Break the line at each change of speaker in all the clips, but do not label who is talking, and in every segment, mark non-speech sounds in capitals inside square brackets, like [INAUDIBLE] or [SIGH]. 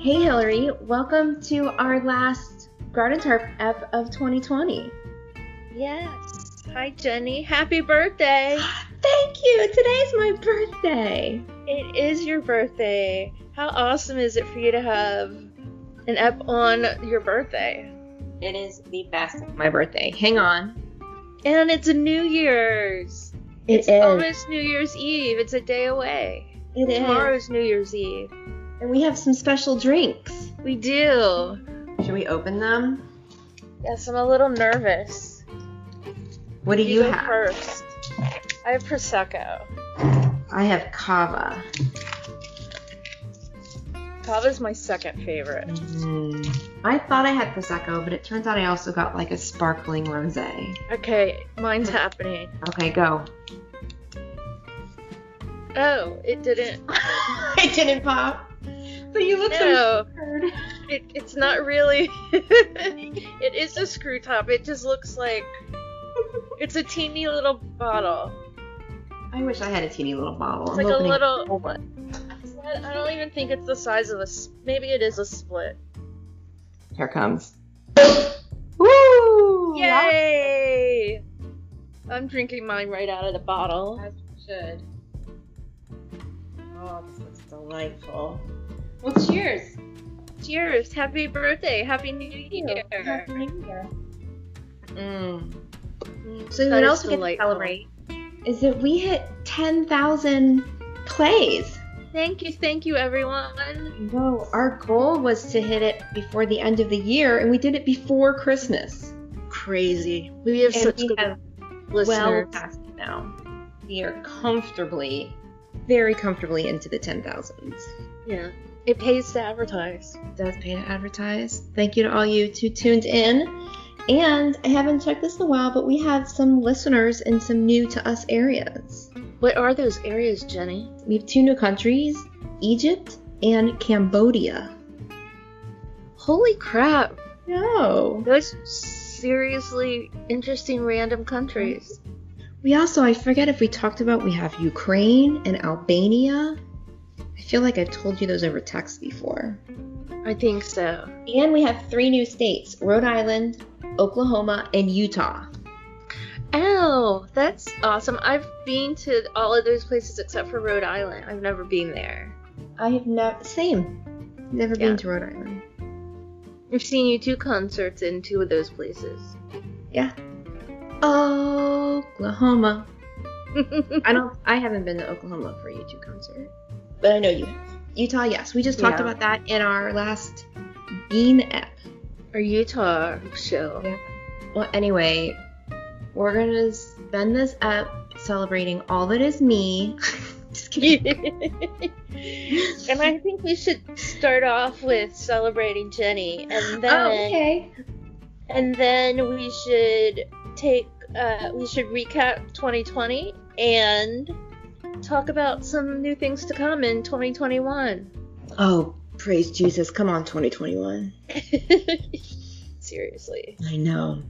Hey, Hillary, welcome to our last Garden Turf ep of 2020.
Yes. Hi, Jenny. Happy birthday.
Thank you. Today's my birthday.
It is your birthday. How awesome is it for you to have an ep on your birthday?
It is the best. My birthday. Hang on.
And it's a New Year's. Oh,
It
it's
is.
almost New Year's Eve. It's a day away.
It is.
Tomorrow's New Year's Eve.
And we have some special drinks.
We do.
Should we open them?
Yes, I'm a little nervous.
What do you,
go
have?
first? I have prosecco.
I have kava.
Cava's my second favorite.
Mm. I thought I had prosecco, but it turns out I also got like a sparkling rosé.
Okay, mine's happening.
Okay, go.
Oh, it didn't.
[LAUGHS] I didn't pop. But you look
No.
so scared.
It, it's not really. [LAUGHS] it is a screw top. It just looks like it's a teeny little bottle.
I wish I had a teeny little bottle.
It's
I'm
like a
opening
little-
whole one.
It's not- I don't even think it's the size of a. s- Maybe it is a split.
Here it comes. Woo!
Yay! I'm drinking mine right out of the bottle.
As you should. Oh, this looks delightful. Well, cheers.
Cheers! Happy birthday! Happy New Year!
Mm.
Mm,
So
that
what
is
else we get to
delightful.
celebrate is that we hit 10,000 plays.
Thank you, thank you, everyone.
No, our goal was to hit it before the end of the year, and we did it before Christmas.
Crazy. We have
And
such
we
good
have well
listeners.
past it now. We are comfortably, very comfortably into the 10,000s.
yeah. It pays to advertise.
does pay to advertise. Thank you to all you who tuned in. And I haven't checked this in a while, but we have some listeners in some new to us areas.
What are those areas, Jenny?
We have two new countries Egypt and Cambodia.
Holy crap!
No.
Those are seriously interesting random countries.
We also, I forget if we talked about, we have Ukraine and Albania. I feel like I've told you those over text before.
I think so.
And we have three new states Rhode Island, Oklahoma, and Utah.
Oh, that's awesome. I've been to all of those places except for Rhode Island. I've never been there.
I have never, same. Never
Yeah.
been to Rhode Island.
I've seen you two concerts in two of those places. [LAUGHS]
Oklahoma. I don't. I haven't been to Oklahoma for a YouTube concert, but I know you have. Utah, yes. We just talked
Yeah.
about that in our last Bean app.
or Utah show.
Yeah. Well, anyway, we're gonna spend this up celebrating all that is me. [LAUGHS] just kidding.
[LAUGHS]
[LAUGHS]
and I think we should start off with celebrating Jenny, and then
Oh, okay.
and then we should take uh, we should recap 2020 and talk about some new things to come in 2021
Oh, praise Jesus! Come on, 2021.
[LAUGHS] seriously
I know.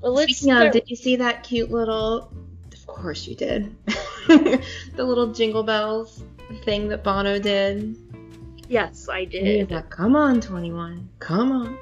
well let's
Speaking of,
start,
did you see that cute little? Of course you did. [LAUGHS] the little jingle bells thing that Bono did.
Oh, yes i
And he was
did
like, "Come on, 21, come on."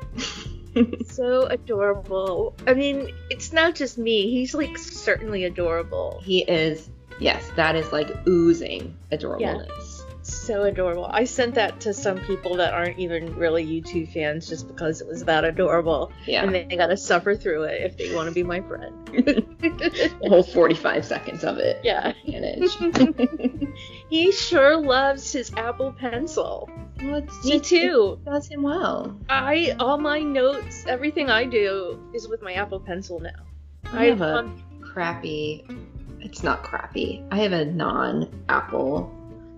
so adorable i mean it's not just me he's like certainly adorable
he is. Yes, that is like oozing adorableness.
so adorable i sent that to some people that aren't even really youtube fans just because it was that adorable
Yeah, [LAUGHS]
and they gotta suffer through it if they want to be my friend
the whole 45 seconds of it.
Yeah. [LAUGHS]
Manage.
he sure loves his Apple Pencil.
Well, it's
Me
just-
too.
It does him well.
I all my notes, everything I do is with my Apple Pencil now.
I have a
um,
crappy. It's not crappy. I have a non-Apple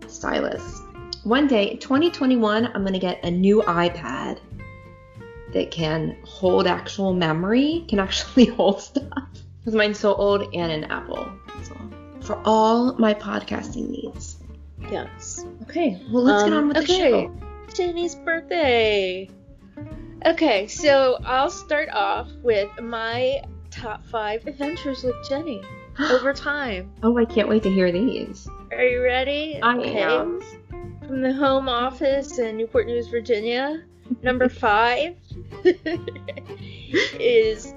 stylus. One day, 2021, I'm gonna get a new iPad that can hold actual memory, can actually [LAUGHS] hold stuff. Because mine's so old, and an Apple. So, for all my podcasting needs.
yes.
Okay, well let's get
Um,
on with
okay.
the show.
Jenny's birthday. Okay, so I'll start off with my top five adventures with
[GASPS]
Jenny over time.
oh, I can't wait to hear these.
Are you ready?
I
Okay.
am.
From the home office in Newport News, Virginia,
[LAUGHS]
number five [LAUGHS] is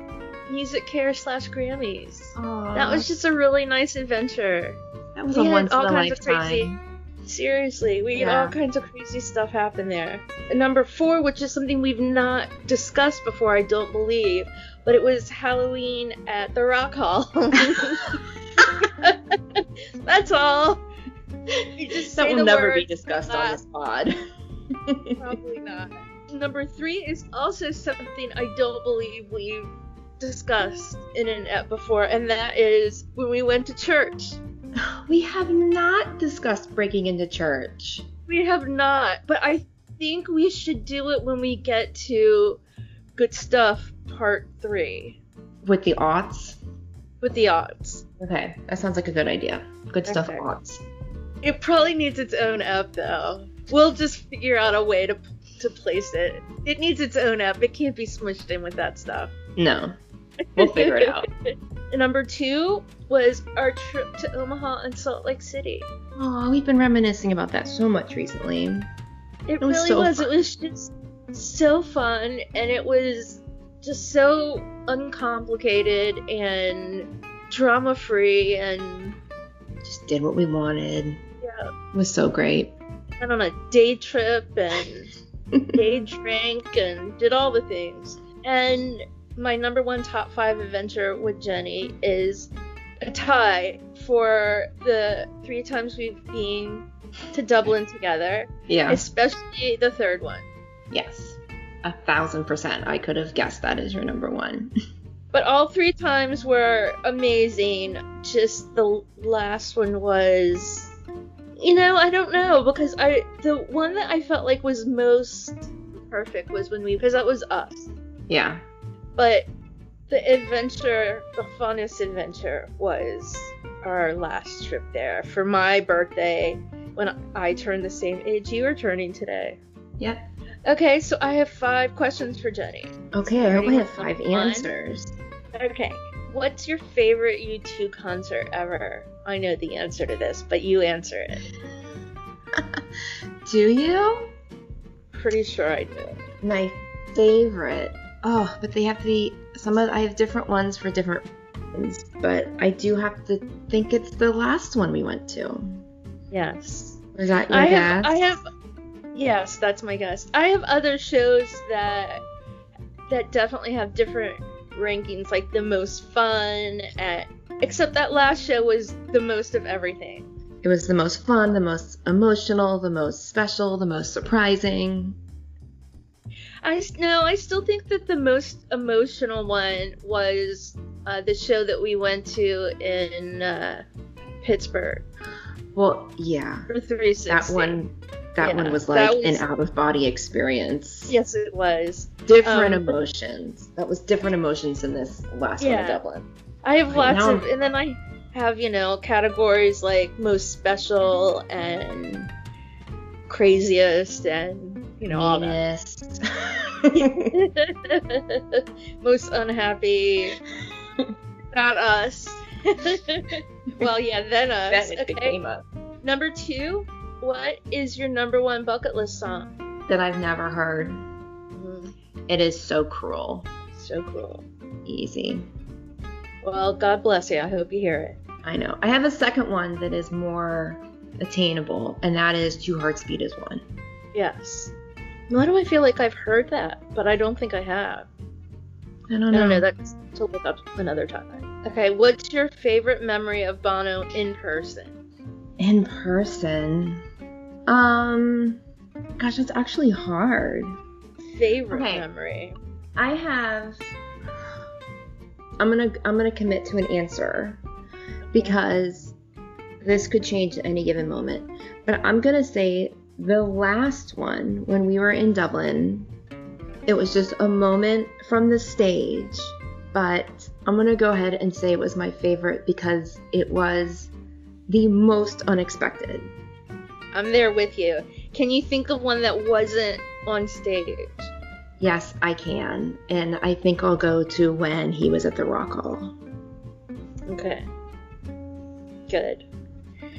Music Care slash Grammys.
Aw,
That was just a really nice adventure.
that was
we
a
had
once in
all
a
kinds of
lifetime.
crazy- Seriously, we had
Yeah.
all kinds of crazy stuff happen there. And number four, which is something we've not discussed before, I don't believe, but it was Halloween at the
[LAUGHS]
Rock Hall. [LAUGHS] That's all. You just
that
say
will
the
never be
words, uh,
discussed on
not-
this pod.
Probably not. Number three is also something I don't believe we've discussed in an ep before, and that is when we went to church.
we have not discussed breaking into church.
We have not, but I think we should do it when we get to Good Stuff Part 3
With the aughts?
with the odds.
Okay, that sounds like a good idea. Good stuff,
Okay.
aughts.
It probably needs its own app though. We'll just figure out a way to to place it. It needs its own app. It can't be smushed in with that stuff.
No, we'll figure it [LAUGHS] out.
Number 2 was our trip to Omaha and Salt Lake City.
Oh, we've been reminiscing about that so much recently.
It
It was
really
so
was.
fun.
It was just so fun, and it was just so uncomplicated and drama free, and
Just did what we wanted.
yeah,
It was so great.
went on a day trip and day drank and did all the things. And my number one top five adventure with Jenny is a tie for the three times we've been to Dublin together,
Yeah.
especially the third one.
yes. A thousand percent. I could have guessed that as your number one. [LAUGHS]
But all three times were amazing. Just the last one was, you know, I don't know because I the one that I felt like was most perfect was when we because that was us.
Yeah.
But the adventure, the funnest adventure was our last trip there for my birthday when I turned the same age you are turning today.
Yep.
Okay, so I have five questions for Jenny.
Okay, I only
Starting
have
with
five
one.
answers.
Okay. What's your favorite U2 concert ever? I know the answer to this, but you answer it.
Do you?
Pretty sure I do.
My favorite. Oh, but they have the some of I have different ones for different reasons, but I do have to think it's the last one we went to.
Yes.
Was that your
I
guess?
have I have Yes, that's my guess. I have other shows that that definitely have different rankings like the most fun at except that last show was the most of everything.
It was the most fun, the most emotional, the most special, the most surprising.
I s- no, I still think that the most emotional one was uh, the show that we went to in uh, Pittsburgh.
Well, yeah.
for 360.
That one that
Yeah,
one was like
that
an
was-
out of body experience.
Yes, it was.
Different
um,
emotions. That was different emotions in this last one in
Yeah.
Dublin.
I have
Right,
lots
now
of, and then I have you know categories like most special and craziest and you know all that. [LAUGHS]
Meanest. [LAUGHS]
most [LAUGHS] unhappy. Not us. [LAUGHS] well, yeah, then us. okay.
up.
Number two. What is your number one bucket list song?
That I've never heard. It is so cruel.
Mm, So cool.
Easy.
Well, God bless you. I hope you hear it.
I know. I have a second one that is more attainable, and that is Two Heartsbeat is One.
Yes. Why do I feel like I've heard that, but I don't think I have?
I don't know.
I don't know. That's to look up another time. Okay, what's your favorite memory of Bono in person?
In person. Um, gosh, that's actually hard.
Favorite
Okay.
memory.
I have. I'm gonna I'm gonna commit to an answer because this could change at any given moment. But I'm gonna say the last one when we were in Dublin, it was just a moment from the stage. But I'm gonna go ahead and say it was my favorite because it was the most unexpected.
I'm there with you. Can you think of one that wasn't on stage?
Yes, I can, and I think I'll go to when he was at the Rock Hall.
Okay. Good.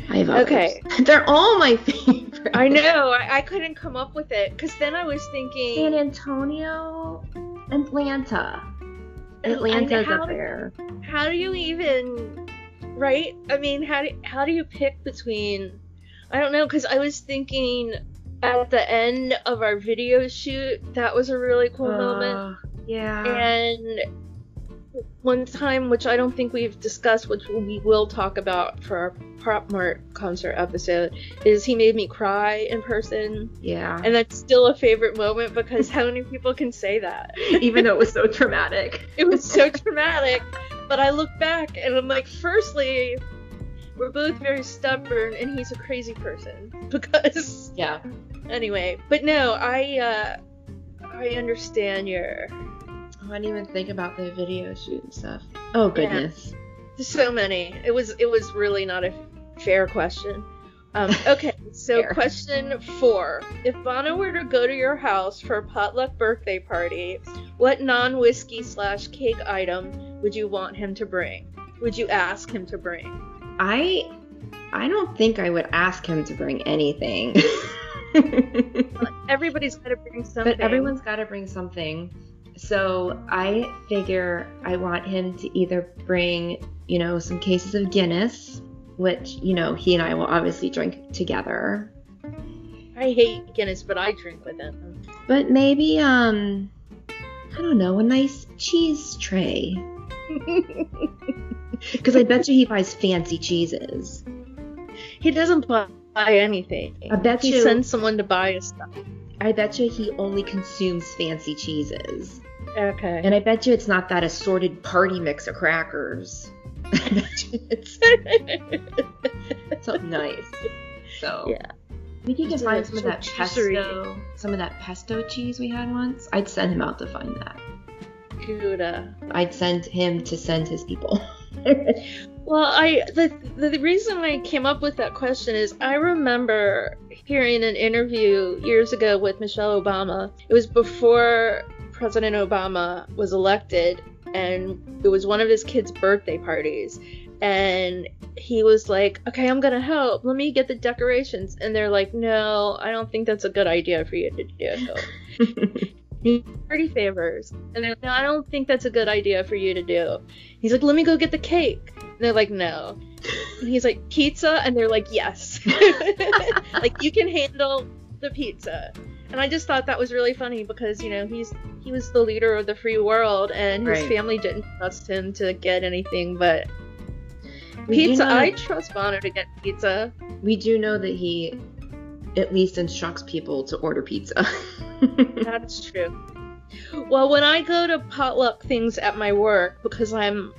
I have others.
Okay.
[LAUGHS] They're all my favorite.
I know. I, I couldn't come up with it because then I was thinking.
San Antonio, Atlanta.
And-
Atlanta's
and how
up
do-
there.
how do you even right i mean how do, how do you pick between i don't know because i was thinking at the end of our video shoot that was a really cool moment
Uh, yeah.
and one time which i don't think we've discussed which we will talk about for our prop mart concert episode is he made me cry in person
yeah.
and that's still a favorite moment because how many people can say that
[LAUGHS] Even though it was so traumatic.
it was so traumatic. But I look back and I'm like, firstly, we're both very stubborn, and he's a crazy person. [LAUGHS] Because
Yeah.
anyway, but no, I uh, I understand your
I didn't even think about the video shoot and stuff. Oh goodness.
there's so many. It was it was really not a fair question. Um, okay, so
Fair.
question four: If Bono were to go to your house for a potluck birthday party, what non-whiskey slash cake item would you want him to bring? Would you ask him to bring?
I I don't think I would ask him to bring anything. [LAUGHS]
everybody's got to bring something.
but everyone's got to bring something. So I figure I want him to either bring, you know, some cases of Guinness, which, you know, he and I will obviously drink together.
I hate Guinness, but I drink with them.
But maybe um I don't know, a nice cheese
[LAUGHS]
tray because I bet you he buys fancy cheeses.
he doesn't buy anything.
I bet
He
you
sends someone to buy his stuff.
I bet you he only consumes fancy cheeses.
Okay.
And I bet you it's not that assorted party mix of crackers. [LAUGHS] I bet you it's something nice. So
Yeah.
we could
It's
get find
a
some of that
charcuterie.
pesto, some of that pesto cheese we had once. I'd send him out to find that.
[LAUGHS] Gouda.
I'd send him to send his people. [LAUGHS]
Well, I the, the reason I came up with that question is I remember hearing an interview years ago with Michelle Obama. It was before President Obama was elected, and it was one of his kids' birthday parties. And he was like, "Okay, I'm gonna help. Let me get the decorations." And they're like, "No, I don't think that's a good idea for you to do." party favors. And they're like, no, I don't think that's a good idea for you to do. He's like, let me go get the cake. And they're like, no. And he's like, pizza? And they're like, yes. [LAUGHS] like, you can handle the pizza. And I just thought that was really funny because, you know, he's he was the leader of the free world and his
Right.
family didn't trust him to get anything but
We do
pizza.
know
I
that-
trust Bono to get pizza.
we do know that he at least instructs people to order pizza. [LAUGHS]
That's true. Well, when I go to potluck things at my work because I'm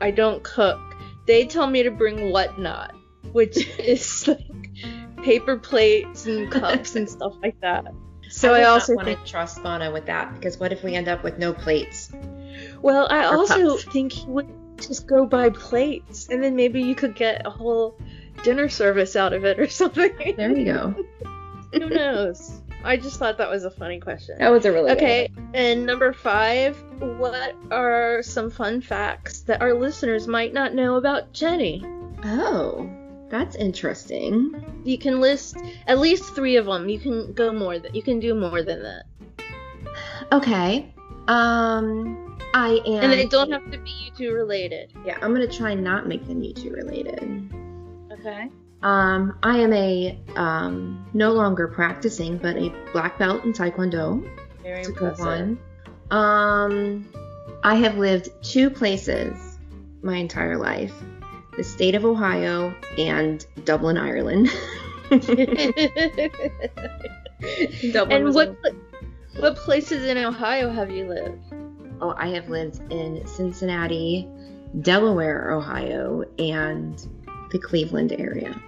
I don't cook, they tell me to bring whatnot, which
[LAUGHS]
is like paper plates and cups and stuff like that. So I, also
want
think,
to trust Bono with that because what if we end up with no plates?
well, I
or
also
cups.
think he would just go buy plates and then maybe you could get a whole dinner service out of it or [LAUGHS] something.
There you go. [LAUGHS]
Who knows? I just thought that was a funny question.
That was a really
Okay, and number five, what are some fun facts that our listeners might not know about Jenny?
Good one. Oh, that's interesting.
You can list at least three of them. You can go more than you can do more than that,
Okay. Um, I am.
and they don't have to be you two related.
Yeah, I'm gonna try and not make them YouTube related.
Okay.
Um, I am a um, no longer practicing, but a black belt in Taekwondo.
Very
That's a good
[LAUGHS]
one. Um, I have lived two places my entire life: the state of Ohio and Dublin, Ireland. Dublin
and
was
what what places in Ohio have you lived?
Oh, I have lived in Cincinnati, Delaware, Ohio, and the Cleveland area.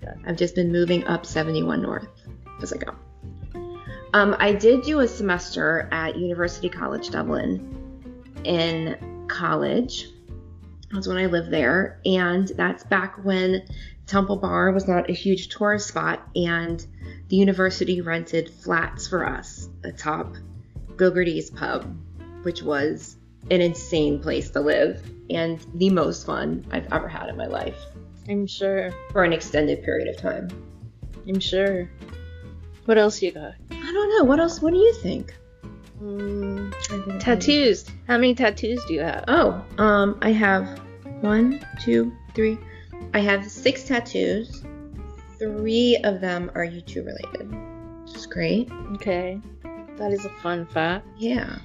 Gotcha.
I've just been moving up 71 North as I go. Um, I did do a semester at University College Dublin in college. That's when I lived there, and that's back when Temple Bar was not a huge tourist spot, and the university rented flats for us atop Gogarty's Pub, which was an insane place to live and the most fun I've ever had in my life.
I'm sure.
for an extended period of time.
I'm sure. What else you got?
I don't know. What else? What do you think?
Mm, tattoos. How many tattoos do you have?
Oh, um, I have one, two, three. I have six tattoos. Three of them are YouTube related, which is great.
Okay. That is a fun fact.
Yeah.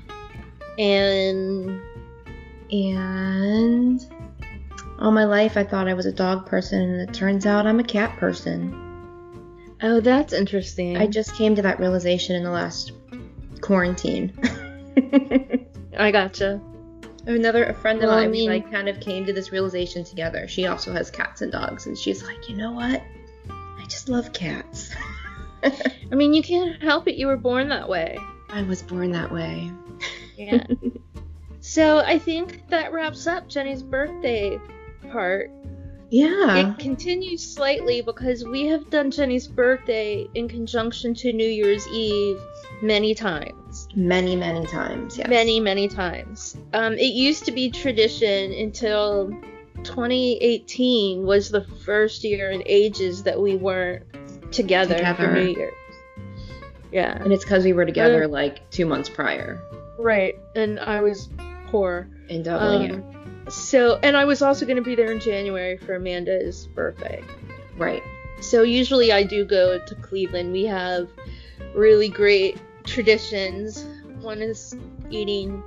And
And all my life, I thought I was a dog person, and it turns out I'm a cat person.
oh, that's interesting.
I just came to that realization in the last quarantine. [LAUGHS]
I gotcha.
Another a friend of
Well, I
mine, we,
mean-
like, kind of came to this realization together. She also has cats and dogs, and she's like, you know what? I just love cats.
I mean, you can't help it. You were born that way.
I was born that way.
Yeah. [LAUGHS] so I think that wraps up Jenny's birthday part.
Yeah.
It continues slightly because we have done Jenny's birthday in conjunction to New Year's Eve many times.
Many, many times. Yes.
Many, many times. Um, it used to be tradition until 2018 was the first year in ages that we weren't together,
Together.
for New Year's. Yeah.
And it's because we were together
Mm.
like two months prior
Right. And I was poor.
in
Um,
Dublin. yeah.
So, and I was also going to be there in January for Amanda's birthday.
Right.
So, usually I do go to Cleveland. We have really great traditions. One is eating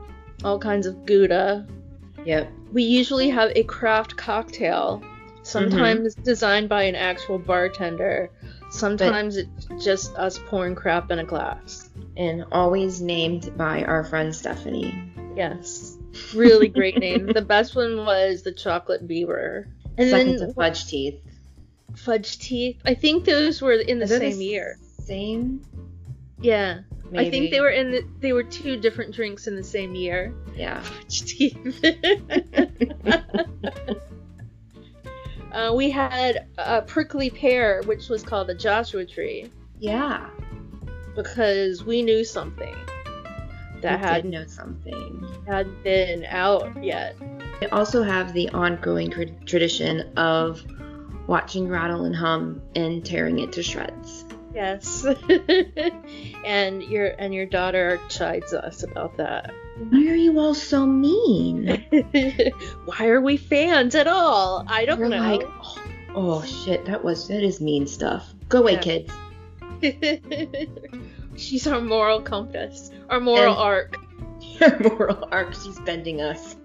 all kinds of Gouda.
Yep.
We usually have a craft cocktail, sometimes designed by an actual bartender, sometimes it's just us pouring crap in a glass.
And always named by our friend Stephanie.
Yes. Really great [LAUGHS] name. The best one was the chocolate beaver. And
Seconds
then
of fudge teeth.
fudge teeth. I think those were in the
They're
same year.
Same.
Yeah,
Maybe.
I think they were in the, they were two different drinks in the same year.
Yeah.
Fudge teeth. [LAUGHS] uh, we had a prickly pear, which was called a Joshua tree,
Yeah.
because we knew something
we
that
did
hadn't
know something.
had been out yet.
I also have the ongoing tr- tradition of watching Rattle and Hum and tearing it to shreds.
Yes, [LAUGHS] and your and your daughter chides us about that. [LAUGHS]
Why are you all so mean?
Why are we fans at all? I don't
We're
know.
like, oh, oh, shit, that was that is mean stuff. Go away,
Yeah.
kids. [LAUGHS]
[LAUGHS] She's our moral compass, our moral
And-
arc. [LAUGHS]
Her moral arc, she's bending us.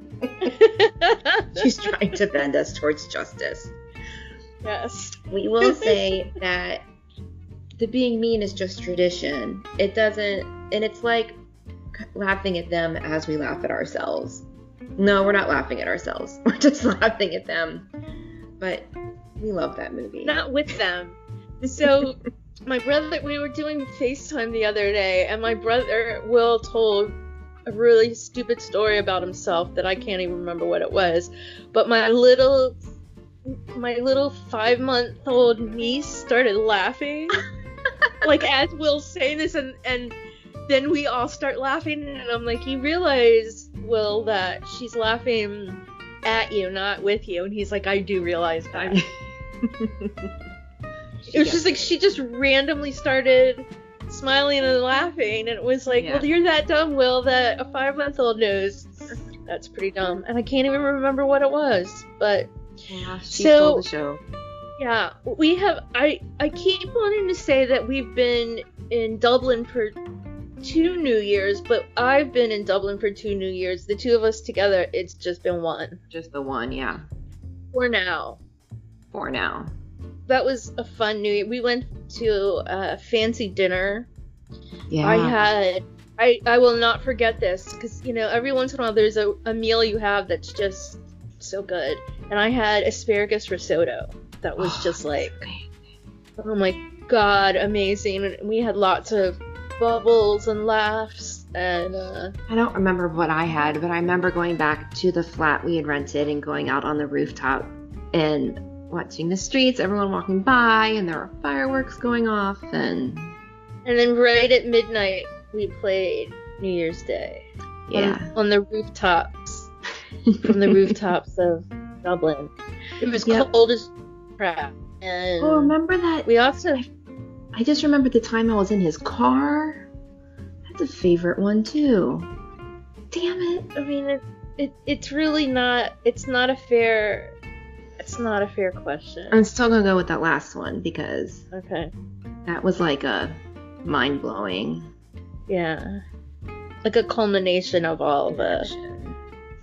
She's trying to bend us towards justice.
yes.
We will say that the being mean is just tradition. It doesn't, and it's like laughing at them as we laugh at ourselves. No, we're not laughing at ourselves. [LAUGHS] We're just laughing at them. But we love that movie.
Not with them. So, my brother, we were doing FaceTime the other day, and my brother, Will, told a really stupid story about himself that I can't even remember what it was. But my little. My little five month old niece started laughing. like, as Will say this, and, and then we all start laughing, and I'm like, You realize, Will, that she's laughing at you, not with you. And he's like, I do realize that.
[LAUGHS]
It was just like she just randomly started smiling and laughing, and it was like,
Yeah.
well, you're that dumb, Will, that a five month old knows. That's pretty dumb. And I can't even remember what it was, but
yeah,
she So- stole the
show.
yeah, we have. I I keep wanting to say that we've been in Dublin for two New Years, but I've been in Dublin for two New Years. The two of us together, it's just been one
Just the one, yeah.
for now.
For now.
That was a fun New Year. We went to a fancy dinner
Yeah.
I had. I, I will not forget this because you know every once in a while there's a, a meal you have that's just so good and I had asparagus risotto
[GASPS]
that was just like oh my god amazing and we had lots of bubbles and laughs and uh,
I don't remember what I had, but I remember going back to the flat we had rented and going out on the rooftop and watching the streets, everyone walking by, and there were fireworks going off. And
and then right at midnight we played New Year's Day on-
yeah,
on the rooftops from the rooftops of Dublin. It was
Yep.
cold as crap.
[LAUGHS]
And
Oh, remember that?
we also
I just remembered the time I was in his car. That's a favorite one too. Damn it.
I mean, it, it it's really not. It's not a fair. It's not a fair question.
I'm still gonna go with that last one because
Okay.
that was like a mind blowing.
Yeah. Like a culmination of all the.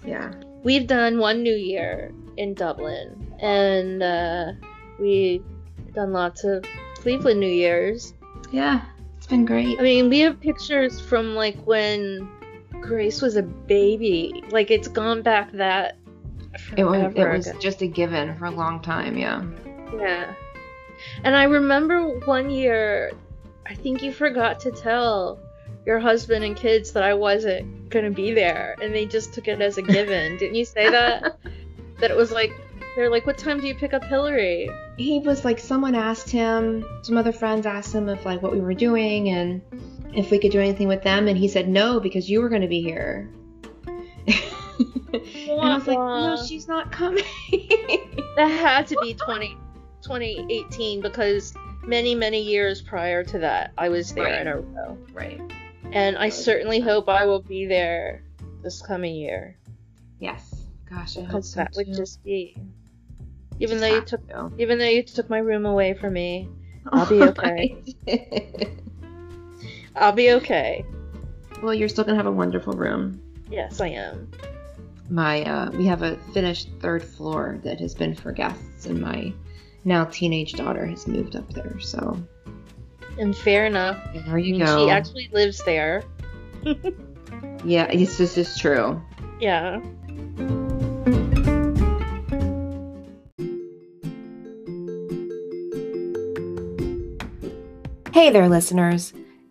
Yeah.
We've done one New Year in Dublin, and uh, we done lots of Cleveland New Years.
Yeah. It's been great.
I mean, we have pictures from like when Grace was a baby. Like it's gone back that.
It was, it
forever
was
ago.
just a given for a long time, yeah.
Yeah. And I remember one year, I think you forgot to tell your husband and kids that I wasn't going to be there. And they just took it as a given. Didn't you say
[LAUGHS]
that? that it was like, they're like, what time do you pick up Hillary?
He was like, someone asked him, some other friends asked him if like what we were doing and if we could do anything with them, and he said no because you were gonna be here. [LAUGHS] and I was like, no,
Wah-wah.
she's not coming. [LAUGHS]
That had to be 20, 2018 because many, many years prior to that, I was there
Right.
in a row.
right.
And I certainly hope I will be there this coming year.
Yes. Gosh, I hope
because
so
that would
too.
just be even
Just
though you
have
took
to.
even though you took my room away from me I'll
[LAUGHS]
be okay.
Alright.
i'll be okay
well, you're still gonna have a wonderful room.
yes i am
My uh, we have a finished third floor that has been for guests, and my now teenage daughter has moved up there. So
and fair enough
there you go.
she actually lives there
yeah, it's, this is true.
yeah
Hey there, listeners.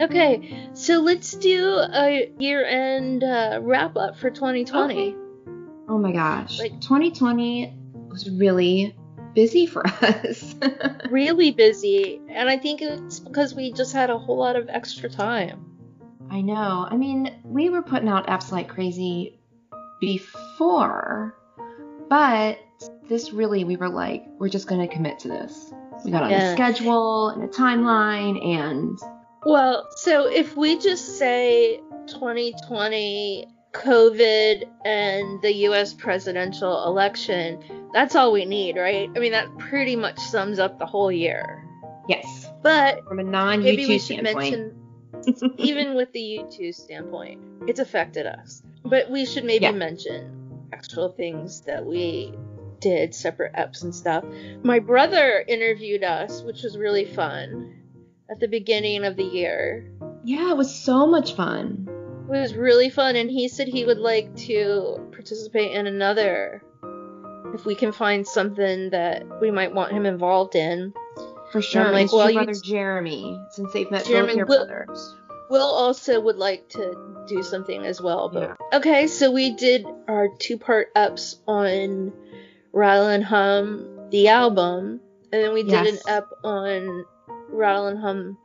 okay so let's do a year-end uh, wrap up for 2020
Okay. Oh my gosh.
Like-
2020 was really busy for [LAUGHS] us.
really busy and i think it's because we just had a whole lot of extra time
I know. I mean, we were putting out apps like crazy before, but this really, we were like, we're just going to commit to this. We got on a
Yeah.
schedule and a timeline, and
well so if we just say 2020 covid and the us presidential election that's all we need right i mean that pretty much sums up the whole year
yes,
but
from a non
maybe we
YouTube
should
standpoint.
mention
[LAUGHS]
even with the youtube standpoint it's affected us but we should maybe
Yeah.
mention actual things that we did separate eps and stuff my brother interviewed us which was really fun at the beginning of the year
yeah, it was so much fun.
it was really fun and he said he would like to participate in another if we can find something that we might want him involved in
For sure.
like,
Like,
well,
well,
you-
brother Jeremy, since they've met
Jeremy
both your
will-
brothers.
Will also would like to do something as well. But
Yeah.
okay, so we did our two part ups on Rattle and Hum, the album, and then we did
Yes.
an up on Rattle and Hum,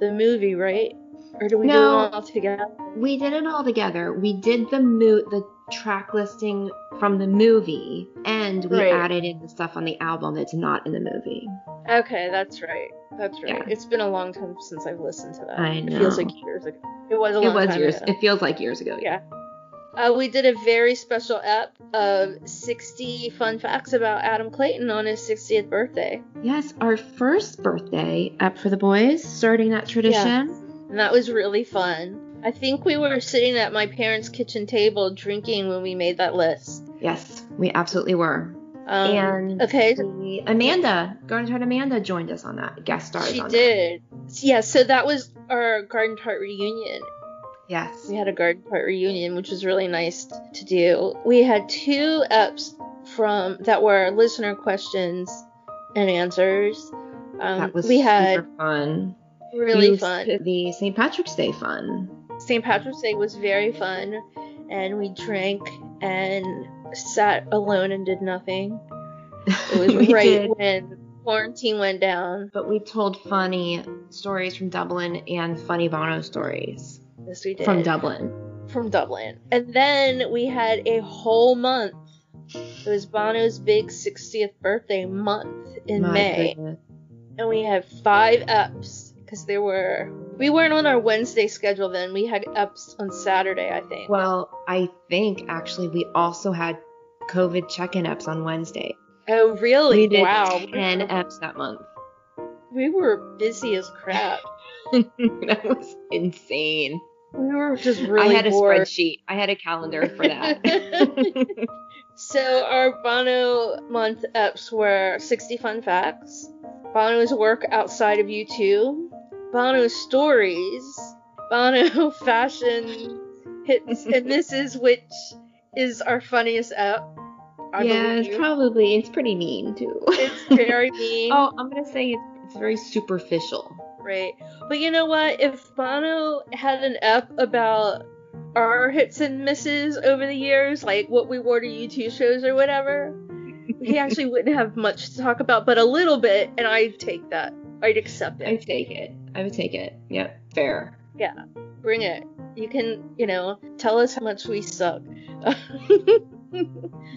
the movie, right? Or do we do
No.
them all together?
We did it all together. We did the mo- the track listing from the movie, and we
Right.
added in the stuff on the album that's not in the movie.
Okay, that's right. That's right.
Yeah.
It's been a long time since I've listened to that.
I
It feels
know.
like years ago. It was a long
It was
time
years.
ago.
It feels like years ago.
Yeah. Uh, we did a very special ep of 60 fun facts about Adam Clayton on his 60th birthday.
Yes, our first birthday up for the boys, starting that tradition.
And that was really fun. I think we were sitting at my parents' kitchen table drinking when we made that list.
Yes, we absolutely were.
Um,
and
okay,
the- Amanda, Garden Tart Amanda joined us on that guest stars.
she
on that.
did. Yeah, so that was our garden tart reunion.
Yes.
We had a garden tart reunion, which was really nice to do. We had two ups from that were listener questions and answers. Um,
that was
we had
super fun.
really
You
fun.
did The St. Patrick's Day fun.
St. Patrick's Day was very fun, and we drank and sat alone and did nothing. It was
[LAUGHS] We
right
did.
when quarantine went down.
But we told funny stories from Dublin and funny Bono stories
Yes, we did.
from Dublin.
From Dublin. And then we had a whole month. It was Bono's big 60th birthday month in
My
May.
goodness.
And we had five ups because there were. We weren't on our Wednesday schedule then. We had ups on Saturday, I think.
Well, I think actually we also had COVID check-in ups on Wednesday.
oh, really?
We did
wow.
10 ups that month. [LAUGHS]
We were busy as crap.
that was insane.
We were just really
I had a
bored.
spreadsheet. I had a calendar for
[LAUGHS]
that. [LAUGHS]
So our Bono month ups were 60 fun facts, Bono's work outside of YouTube, Bono's stories, Bono [LAUGHS] fashion hits
[LAUGHS]
and misses, which is our funniest up. I
yeah,
believe.
it's probably it's pretty mean
[LAUGHS]
too.
it's very
[LAUGHS]
mean.
oh, I'm gonna say it's, it's very superficial.
Right. But you know what? If Bono had an up about our hits and misses over the years, like what we wore to U2 shows or whatever, he actually wouldn't have much to talk about, but a little bit, and I'd take that. I'd accept
I
it.
take it. I would take it. Yep, fair.
Bring it. You can, you know, tell us how much we suck.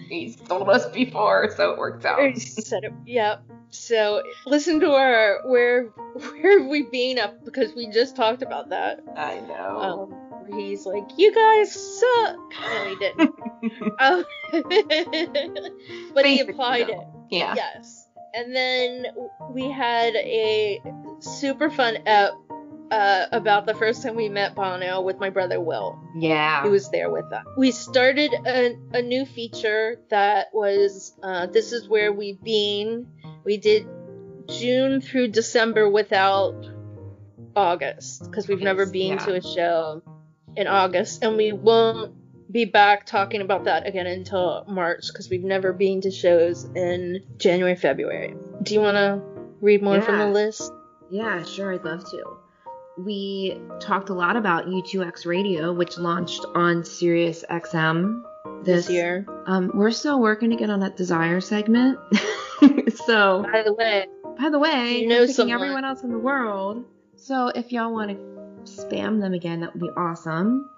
He's told us before, so it works
Or set up- Yep. So listen to our where where have we been up because we just talked about that.
I know.
um, where he's like, "You guys suck." No,
[LAUGHS]
he didn't. um, [LAUGHS] but he
Basically,
applied
though.
it.
yeah.
Yes. And then we had a super fun ep uh, about the first time we met Bono with my brother Will.
Yeah.
He was there with us. We started a, a new feature that was uh, this is where we've been. We did June through December without August because we've never
August,
been
yeah.
to a show in August, and we won't be back talking about that again until March because we've never been to shows in January, February. Do you want to read more from the
Yeah.
list?
Yeah, sure, I'd love to. We talked a lot about U2X Radio, which launched on Sirius XM
This year.
Um, we're still working to get on that desire segment. [LAUGHS] so,
By the way,
by the way,
You know
I'm picking
someone.
everyone else in the world. So, if y'all want to spam them again, that would be awesome.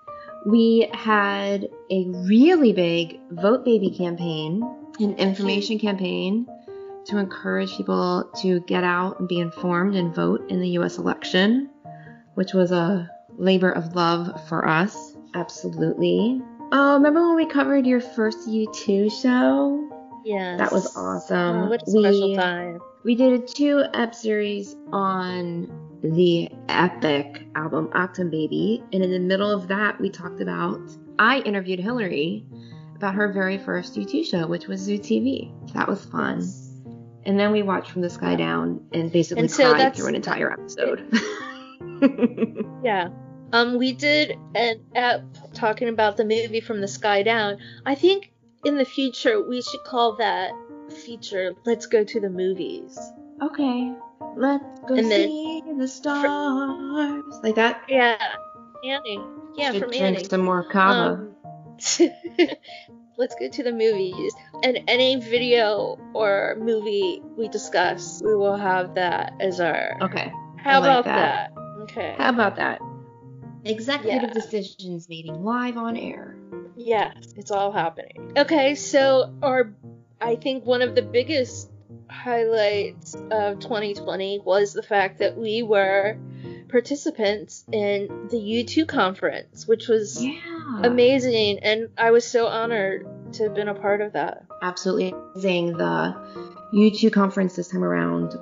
We had a really big Vote Baby campaign, an information campaign to encourage people to get out and be informed and vote in the US election, which was a labor of love for us. Absolutely. Oh, remember when we covered your first U2 show?
yes.
That was awesome.
Oh, what a
We-
special time.
we did a two ep series on the epic album Octum Baby, and in the middle of that, we talked about I interviewed Hillary about her very first U2 show, which was Zoo TV. That was fun. And then we watched From the Sky Down and basically
And so
cried
that's-
through an entire
[LAUGHS]
episode.
Yeah. Um, we did an app talking about the movie from the sky down. I think in the future we should call that feature "Let's Go to the Movies."
okay, let's go
And then-
see the stars. like that.
Yeah, Annie. Yeah,
Should
from
drink
Annie.
some more kava.
Um, [LAUGHS] let's go to the movies. And any video or movie we discuss, we will have that as our.
okay.
How
like
about
that.
that? Okay.
How about that? Executive
Yeah.
decisions meeting live on air.
Yes, it's all happening. Okay, so our I think one of the biggest highlights of 2020 was the fact that we were participants in the U2 conference, which was
Yeah.
amazing and I was so honored to have been a part of that.
Absolutely amazing. The U2 conference this time around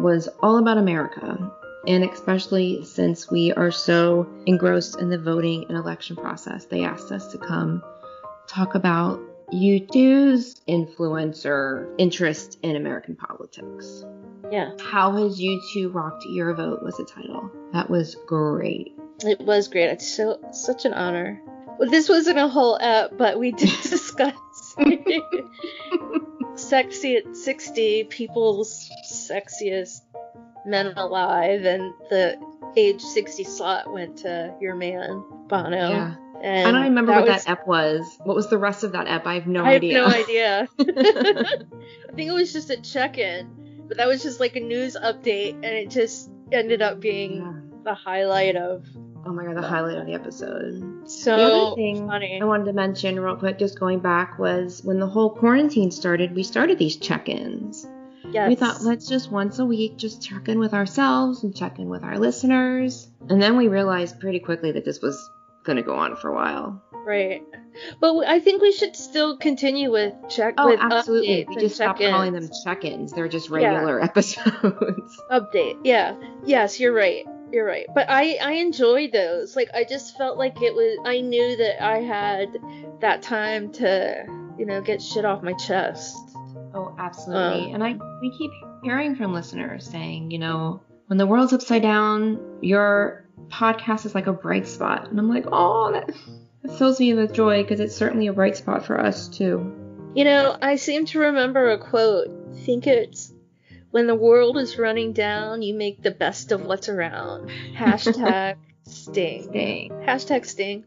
was all about America, and especially since we are so engrossed in the voting and election process, they asked us to come talk about U2's influence or interest in American politics.
Yeah,
How has U2 rocked your vote was the title. That was great.
it was great. It's so such an honor. Well, this wasn't a whole app, but we did [LAUGHS] discuss
[LAUGHS]
sexy at 60 people's sexiest men alive and the age 60 slot went to your man bono
Yeah.
and
I don't remember what
was-
that ep was. What was the rest of that ep? I have no
I have
idea. [LAUGHS]
no idea. [LAUGHS] I think it was just a check-in, but that was just like a news update, and it just ended up being
Yeah.
the highlight of
Oh my god, the highlight of the episode. the
so
other thing
funny.
I wanted to mention real quick, just going back, was when the whole quarantine started, we started these check-ins.
Yes.
We thought let's just once a week just check in with ourselves and check in with our listeners. And then we realized pretty quickly that this was going to go on for a while.
right, but we- I think we should still continue with check.
Oh,
with
absolutely.
updates
We
and
just stopped
check-ins.
calling them check-ins. They're just
Yeah.
regular [LAUGHS] episodes.
update. Yeah. Yes, you're right. You're right. But I I enjoyed those. Like I just felt like it was I knew that I had that time to, you know, get shit off my chest.
Oh, absolutely. and I we keep hearing from listeners saying, you know, when the world's upside down, your podcast is like a bright spot. And I'm like, oh, that, that [LAUGHS] fills me with joy because it's certainly a bright spot for us too.
You know, I seem to remember a quote. I think it's when the world is running down, you make the best of what's
[LAUGHS]
around. Hashtag sting.
Dang.
Hashtag sting.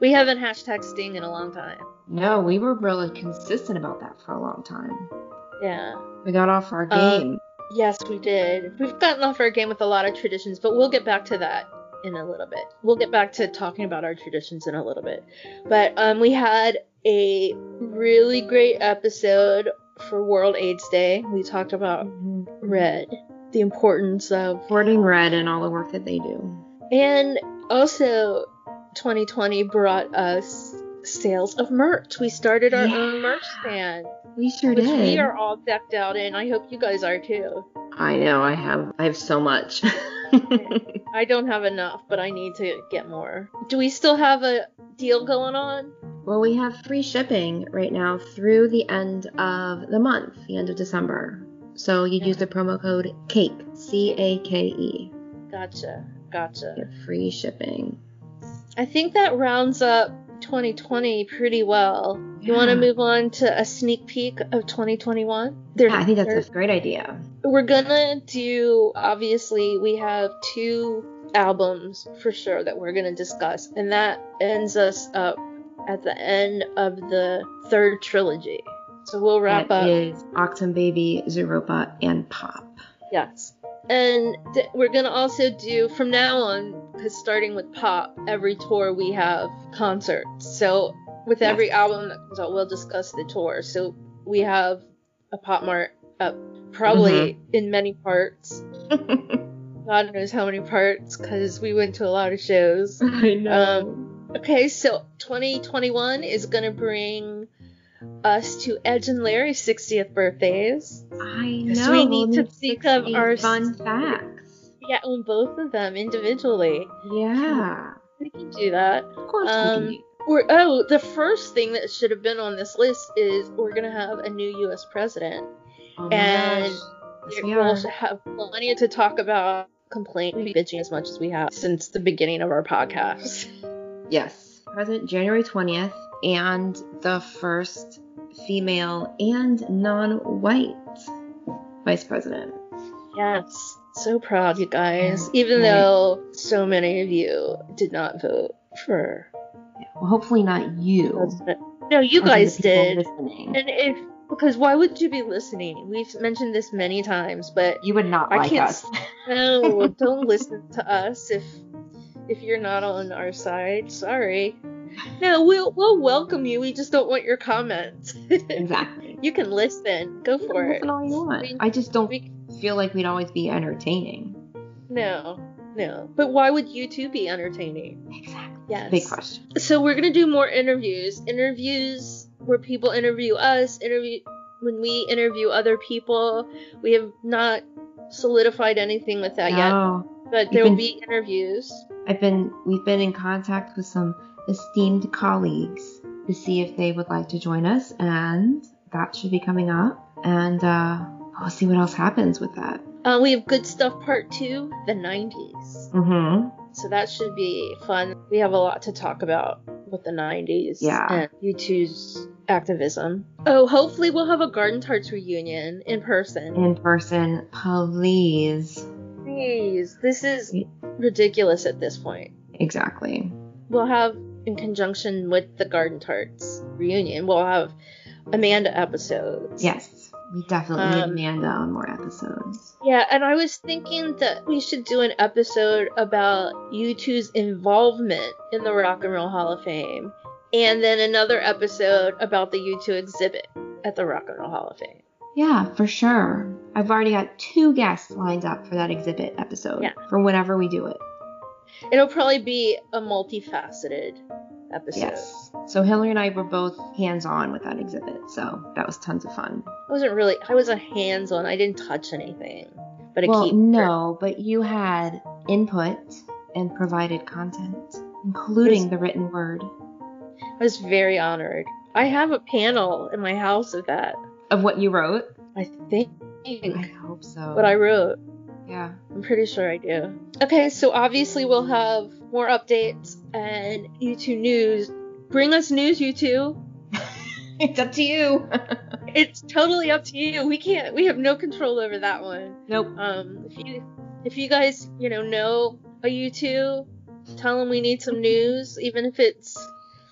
We haven't hashtag sting in a long time.
No, we were really consistent about that for a long time. Uh,
Yeah.
We got off our
Um,
game.
Yes, we did. We've gotten off our game with a lot of traditions, but we'll get back to that in a little bit. We'll get back to talking about our traditions in a little bit. But um, we had a really great episode for World AIDS Day. We talked
uh,
about red, the importance of,
Supporting Mm-hmm. Red and all the work that they do.
and also 2020 brought us sales of merch. We started our
Yeah.
own merch stand,
We sure
which
did.
we are all decked out in. I hope you guys
[LAUGHS]
are too.
I know. I have. I have so much. [LAUGHS]
I don't have enough, but I need to get more. Do we still have a deal going on?
Well, we have free shipping right now through the end of the month, the end of December. So you
Yeah.
use the promo code CAKE, C A K E.
Gotcha. Gotcha.
Get free shipping.
I think that rounds up 2020 pretty well. You want to
Yeah.
move on to a sneak peek of 2021? There,
Yeah, I think
there-
that's a great idea.
we're gonna do obviously we have two albums for sure that we're gonna discuss and that ends us up at the end of the third trilogy so we'll wrap
That
up
is Octum Baby, Zeropa, and Pop.
[LAUGHS] yes and th- we're gonna also do from now on because starting with pop every tour we have concerts so with
Yes.
every album that comes out we'll discuss the tour so we have a pop mart up probably in many parts God knows how many parts because we went to a lot of shows.
I Um,
know. Okay, so 2021 is going to bring us to Edge and Larry's 60th birthdays.
I
Yes,
know.
we need to
We'll
think of
60
our-
fun facts.
Yeah, on both of them individually.
Yeah.
We can do that.
Of course
Um,
we can.
Or oh, the first thing that should have been on this list is we're gonna have a new U.S. president.
Oh my
and
gosh. Yes, we
we'll
are.
have plenty to talk about, complaint, and bitching as much as we have since the beginning of our podcast.
Yes. Present January 20th and the first female and non white vice president.
Yes. So proud, you guys.
Yeah,
Even
right.
though so many of you did not vote for
Well, hopefully not you.
president. No,
As
you
in the
guys
people
did.
listening.
And if because why would you be listening? We've mentioned this many times, but
You would not
I
like [LAUGHS]
can't [LAUGHS]
us.
no, don't listen to us if if you're not on our side. Sorry. No, we'll we'll welcome you. We just don't want your comments.
exactly.
you can listen. Go
You
for
can
it.
listen all you want.
We-
I just don't
we-
feel like we'd always be entertaining.
No, no. But why would you two be entertaining?
Exactly.
Yes.
Big question.
so we're gonna do more interviews interviews where people interview us, interview when we interview other people. We have not solidified anything with that yet,
No.
but there will
been-
be interviews.
I've been we've been in contact with some esteemed colleagues to see if they would like to join us, and that should be coming up. And uh, we'll see what else happens with that.
Uh, we have Good Stuff Part 2, the 90s.
Mm-hmm.
So that should be fun. We have a lot to talk about with the 90s
Yeah.
and U2's activism. Oh, hopefully we'll have a Garden Tarts reunion in person.
In person, please.
Please, this is ridiculous at this point.
Exactly.
We'll have, in conjunction with the Garden Tarts reunion, we'll have Amanda episodes.
Yes, we definitely
Um,
need Amanda on more episodes.
Yeah, and I was thinking that we should do an episode about U2's involvement in the Rock and Roll Hall of Fame, and then another episode about the U2 exhibit at the Rock and Roll Hall of Fame.
Yeah, for sure. I've already got two guests lined up for that exhibit episode
Yeah.
for whenever we do it.
It'll probably be a multifaceted episode.
Yes. So Hillary and I were both hands on with that exhibit, so that was tons of fun.
I wasn't really, I was a hands on, I didn't touch anything. But a
well,
keeper.
no, but you had input and provided content, including
Yes.
the written word
I was very honored. I have a panel in my house of that,
of what you wrote.
I think.
I hope so.
What I wrote. [LAUGHS]
yeah.
I'm pretty sure I do. Okay, so obviously we'll have more updates and YouTube news. Bring us news, you two.
it's up to
[LAUGHS]
you.
It's totally up to you. We can't. We have no control over that one.
nope.
Um, if you if you guys you know know a you two, tell them we need some news, even if it's.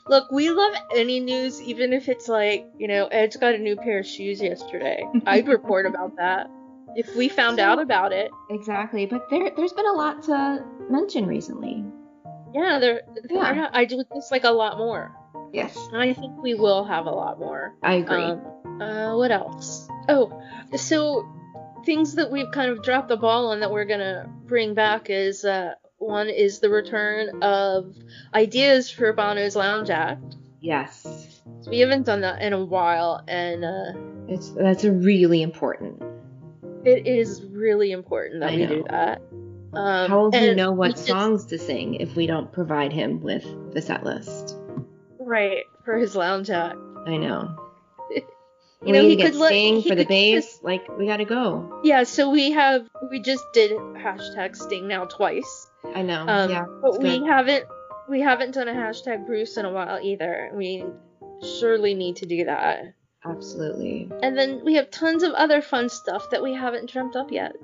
Look, we love any news, even if it's like, you know, Ed's got a new pair of shoes yesterday. I'd report about that. If we found out about it,
Exactly. But there there's been a lot to mention recently.
yeah, there,
Yeah.
yeah. I do just like a lot more.
Yes.
I think we will have a lot more.
I agree.
Um, uh, what else? Oh, so things that we've kind of dropped the ball on that we're gonna bring back is uh, one is the return of ideas for Bono's Lounge Act.
yes.
We haven't done that in a while, and uh,
It's that's really important.
it is really important that
I
we
know.
do that. Um,
How will he
and
know
we
what
just-
songs to sing if we don't provide him with the set list?
Right for his lounge act.
I know.
[LAUGHS]
we
You know,
need
he
to get
could look-
Sting
he
for the
could
babes.
just-
Like we gotta go.
Yeah, so we have we just did hashtag Sting now twice.
I know.
Um,
yeah. it's
but we
good.
haven't we haven't done a hashtag Bruce in a while either. We surely need to do that.
Absolutely.
And then we have tons of other fun stuff that we haven't dreamt up yet.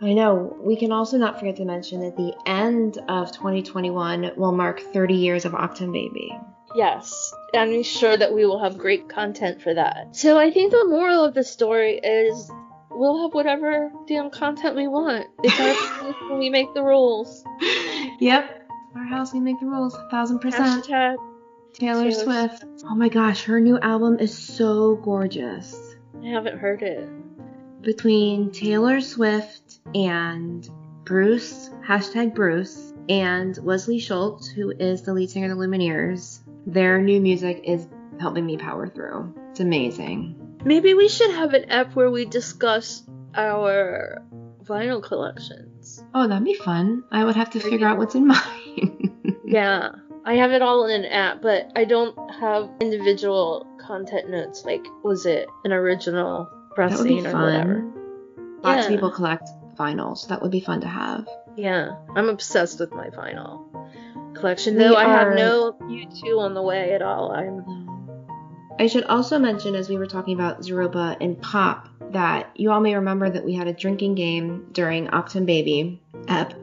I know. We can also not forget to mention that the end of 2021 will mark 30 years of Octum
[LAUGHS]
Baby.
Yes, I'm sure that we will have great content for that. So I think the moral of the story is we'll have whatever damn content we want. It's [LAUGHS] our choice when we make the rules.
Yep. Our house, we make the rules. Thousand percent.
Hashtag
Taylor
Taylor
Swift. Oh my gosh, her new album is so gorgeous.
I haven't heard it.
between Taylor Swift and Bruce, hashtag Bruce, and Leslie Schultz, who is the lead singer of the Lumineers. Their new music is helping me power through. It's amazing.
Maybe we should have an app where we discuss our vinyl collections.
Oh, that'd be fun. I would have to
There
figure
you
out what's in mine. [LAUGHS]
Yeah, I have it all in an app, but I don't have individual content notes. Like, was it an original
that would be
pressing or whatever?
fun. Lots of
Yeah.
people collect vinyl, so that would be fun to have.
Yeah, I'm obsessed with my vinyl collection,
We
though I
are-
have no U2 on the way at all. I'm
Um, I should also mention, as we were talking about Zeruba and Pop, that you all may remember that we had a drinking game during Optum Baby Ep,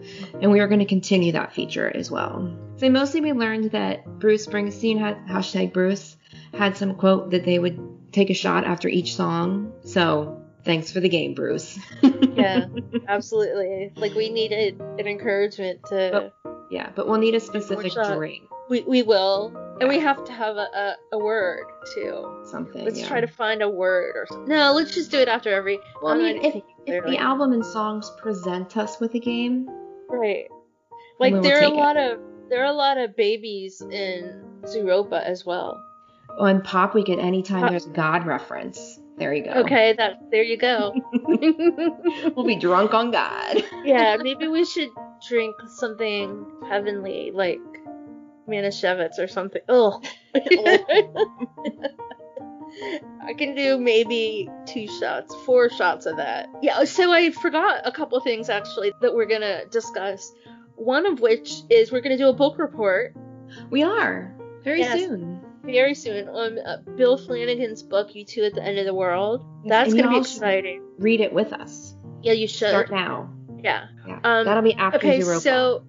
and we are going to continue that feature as well. So mostly we learned that Bruce Springsteen had hashtag Bruce had some quote that they would take a shot after each song. So thanks for the game, Bruce. [LAUGHS]
yeah, absolutely. Like we needed an encouragement to.
yeah, but we'll need a specific
shot.
drink,
We we will, and we have to have a a, a word too.
something.
Let's
yeah.
try to find a word or something. No, let's just do it after every.
Well, I
I'm
mean,
not
if,
thinking
if
clearly.
the album and songs present us with a game,
Right.
we
Like
will
there are a
take it.
lot of there are a lot of babies in Zeropa as well.
on oh, Pop Week at any time
Pop-
there's a God reference. There you go.
Okay, that there you go.
[LAUGHS] We'll be drunk on God. [LAUGHS]
yeah, [LAUGHS] maybe we should drink something heavenly like Manischewitz or something.
[LAUGHS]
Oh, I can do maybe two shots, four shots of that. Yeah, so I forgot a couple things actually that we're going to discuss. One of which is we're going to do a book report
We are very
Yes.
soon.
very soon on uh, Bill Flanagan's book, You Two at the End of the World. That's
And
going to be
y'all should
exciting.
Read it with us.
Yeah, you should.
Start now.
Yeah.
Yeah.
Um,
That'll be after
Okay,
Europa.
so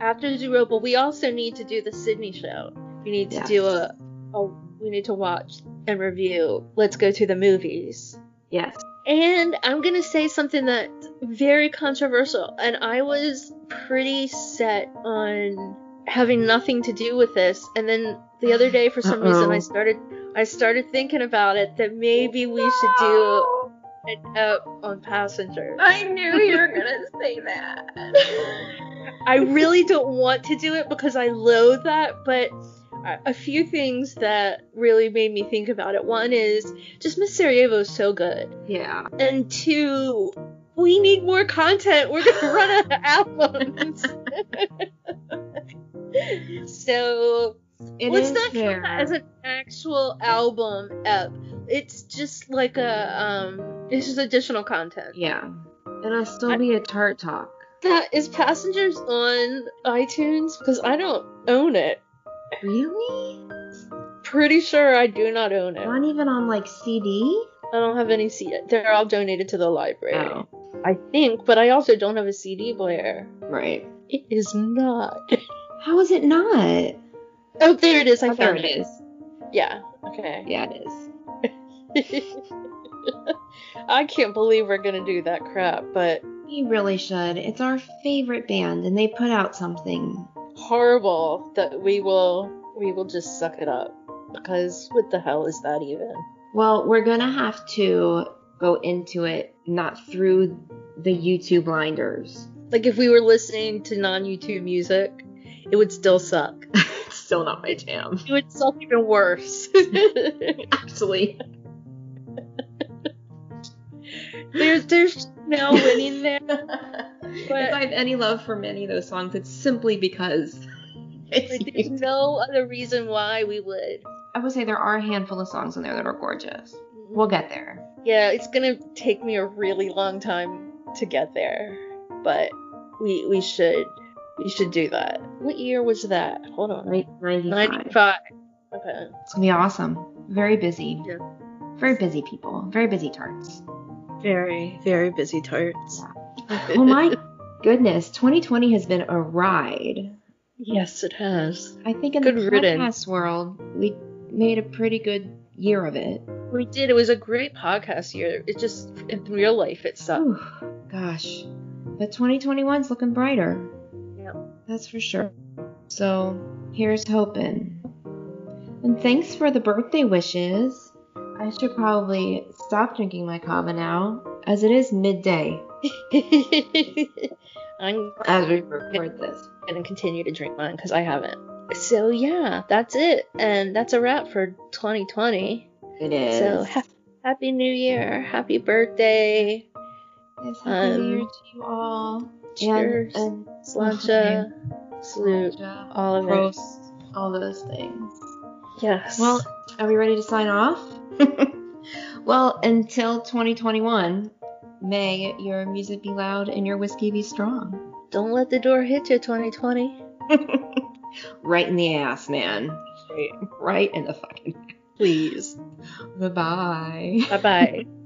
after Europa, we also need to do the Sydney show. We need to
Yes.
do a, a we need to watch and review. Let's go to the movies.
yes.
And I'm gonna say something that's very controversial, and I was pretty set on having nothing to do with this. And then the other day, for some reason,
Uh-oh.
I started I started thinking about it that maybe we should do an up on Passenger.
I knew you were [LAUGHS] gonna say that.
I really don't want to do it because I loathe that, but a- a few things that really made me think about it. One is just Miss Sarajevo is so good,
yeah.
and two, we need more content. We're gonna run out of
[LAUGHS]
albums. [LAUGHS] so
It
let's
is
not
there.
count that as an actual album up. It's just like a um, it's just additional content.
yeah. And I still be a tart talk.
That is Passengers on iTunes because I don't own it.
Really?
Pretty sure I do not own it.
Not even on like CD?
I don't have any CD. They're all donated to the library.
Oh,
I think, but I also don't have a CD player.
right.
It is not.
How is it not?
Oh, there it is. I
Oh, there
found
it
it.
is.
Yeah. Okay.
Yeah, it is.
[LAUGHS] I can't believe we're gonna do that crap, but
You really should. It's our favorite band, and they put out something.
horrible that we will we will just suck it up because what the hell is that even?
Well, we're gonna have to go into it not through the YouTube blinders. [LAUGHS]
Like if we were listening to non YouTube music, it would still suck.
it's still not my jam,
[LAUGHS]
[LAUGHS]
It would suck even worse.
actually.
[LAUGHS]
[LAUGHS]
there's there's no winning there.
if I have any love for many of those songs, it's simply because [LAUGHS] it's
Like, there's [LAUGHS]
you.
no other reason why we would.
[LAUGHS] I would say there are a handful of songs on there that are gorgeous. We'll get there.
yeah, it's gonna take me a really long time to get there, but we we should we should do that. What year was that? Hold on,
95.
ninety five. Okay.
It's gonna be awesome. Very busy.
Yeah.
Very busy people. Very busy tarts.
Very very busy tarts.
oh
[LAUGHS]
my goodness, 2020 has been a ride.
Yes, it has.
I think in the
Good riddance.
podcast world, we made a pretty good year of it.
We did. It was a great podcast year. It just in real life it sucked.
Whew, gosh, but 2021's looking brighter.
Yep.
That's for sure. So here's hoping. And thanks for the birthday wishes. I should probably stop drinking my kava now, as it is midday
Hmm. [LAUGHS] I'm
as we record this.
gonna continue to drink mine because I haven't. So yeah, that's it, and that's a wrap for 2020.
It is.
So ha- happy New Year, happy birthday,
Yes, happy
um,
New Year to you all.
cheers,
And, and
slancha, salute,
Slancha,
all of it.
Prost, all those things.
Yes.
Well, are we ready to sign [LAUGHS] off? well, until 2021, may your music be loud and your whiskey be strong.
don't let the door hit you, 2020.
right in the ass, man. Right in the fucking.
Please.
Bye bye.
Bye bye.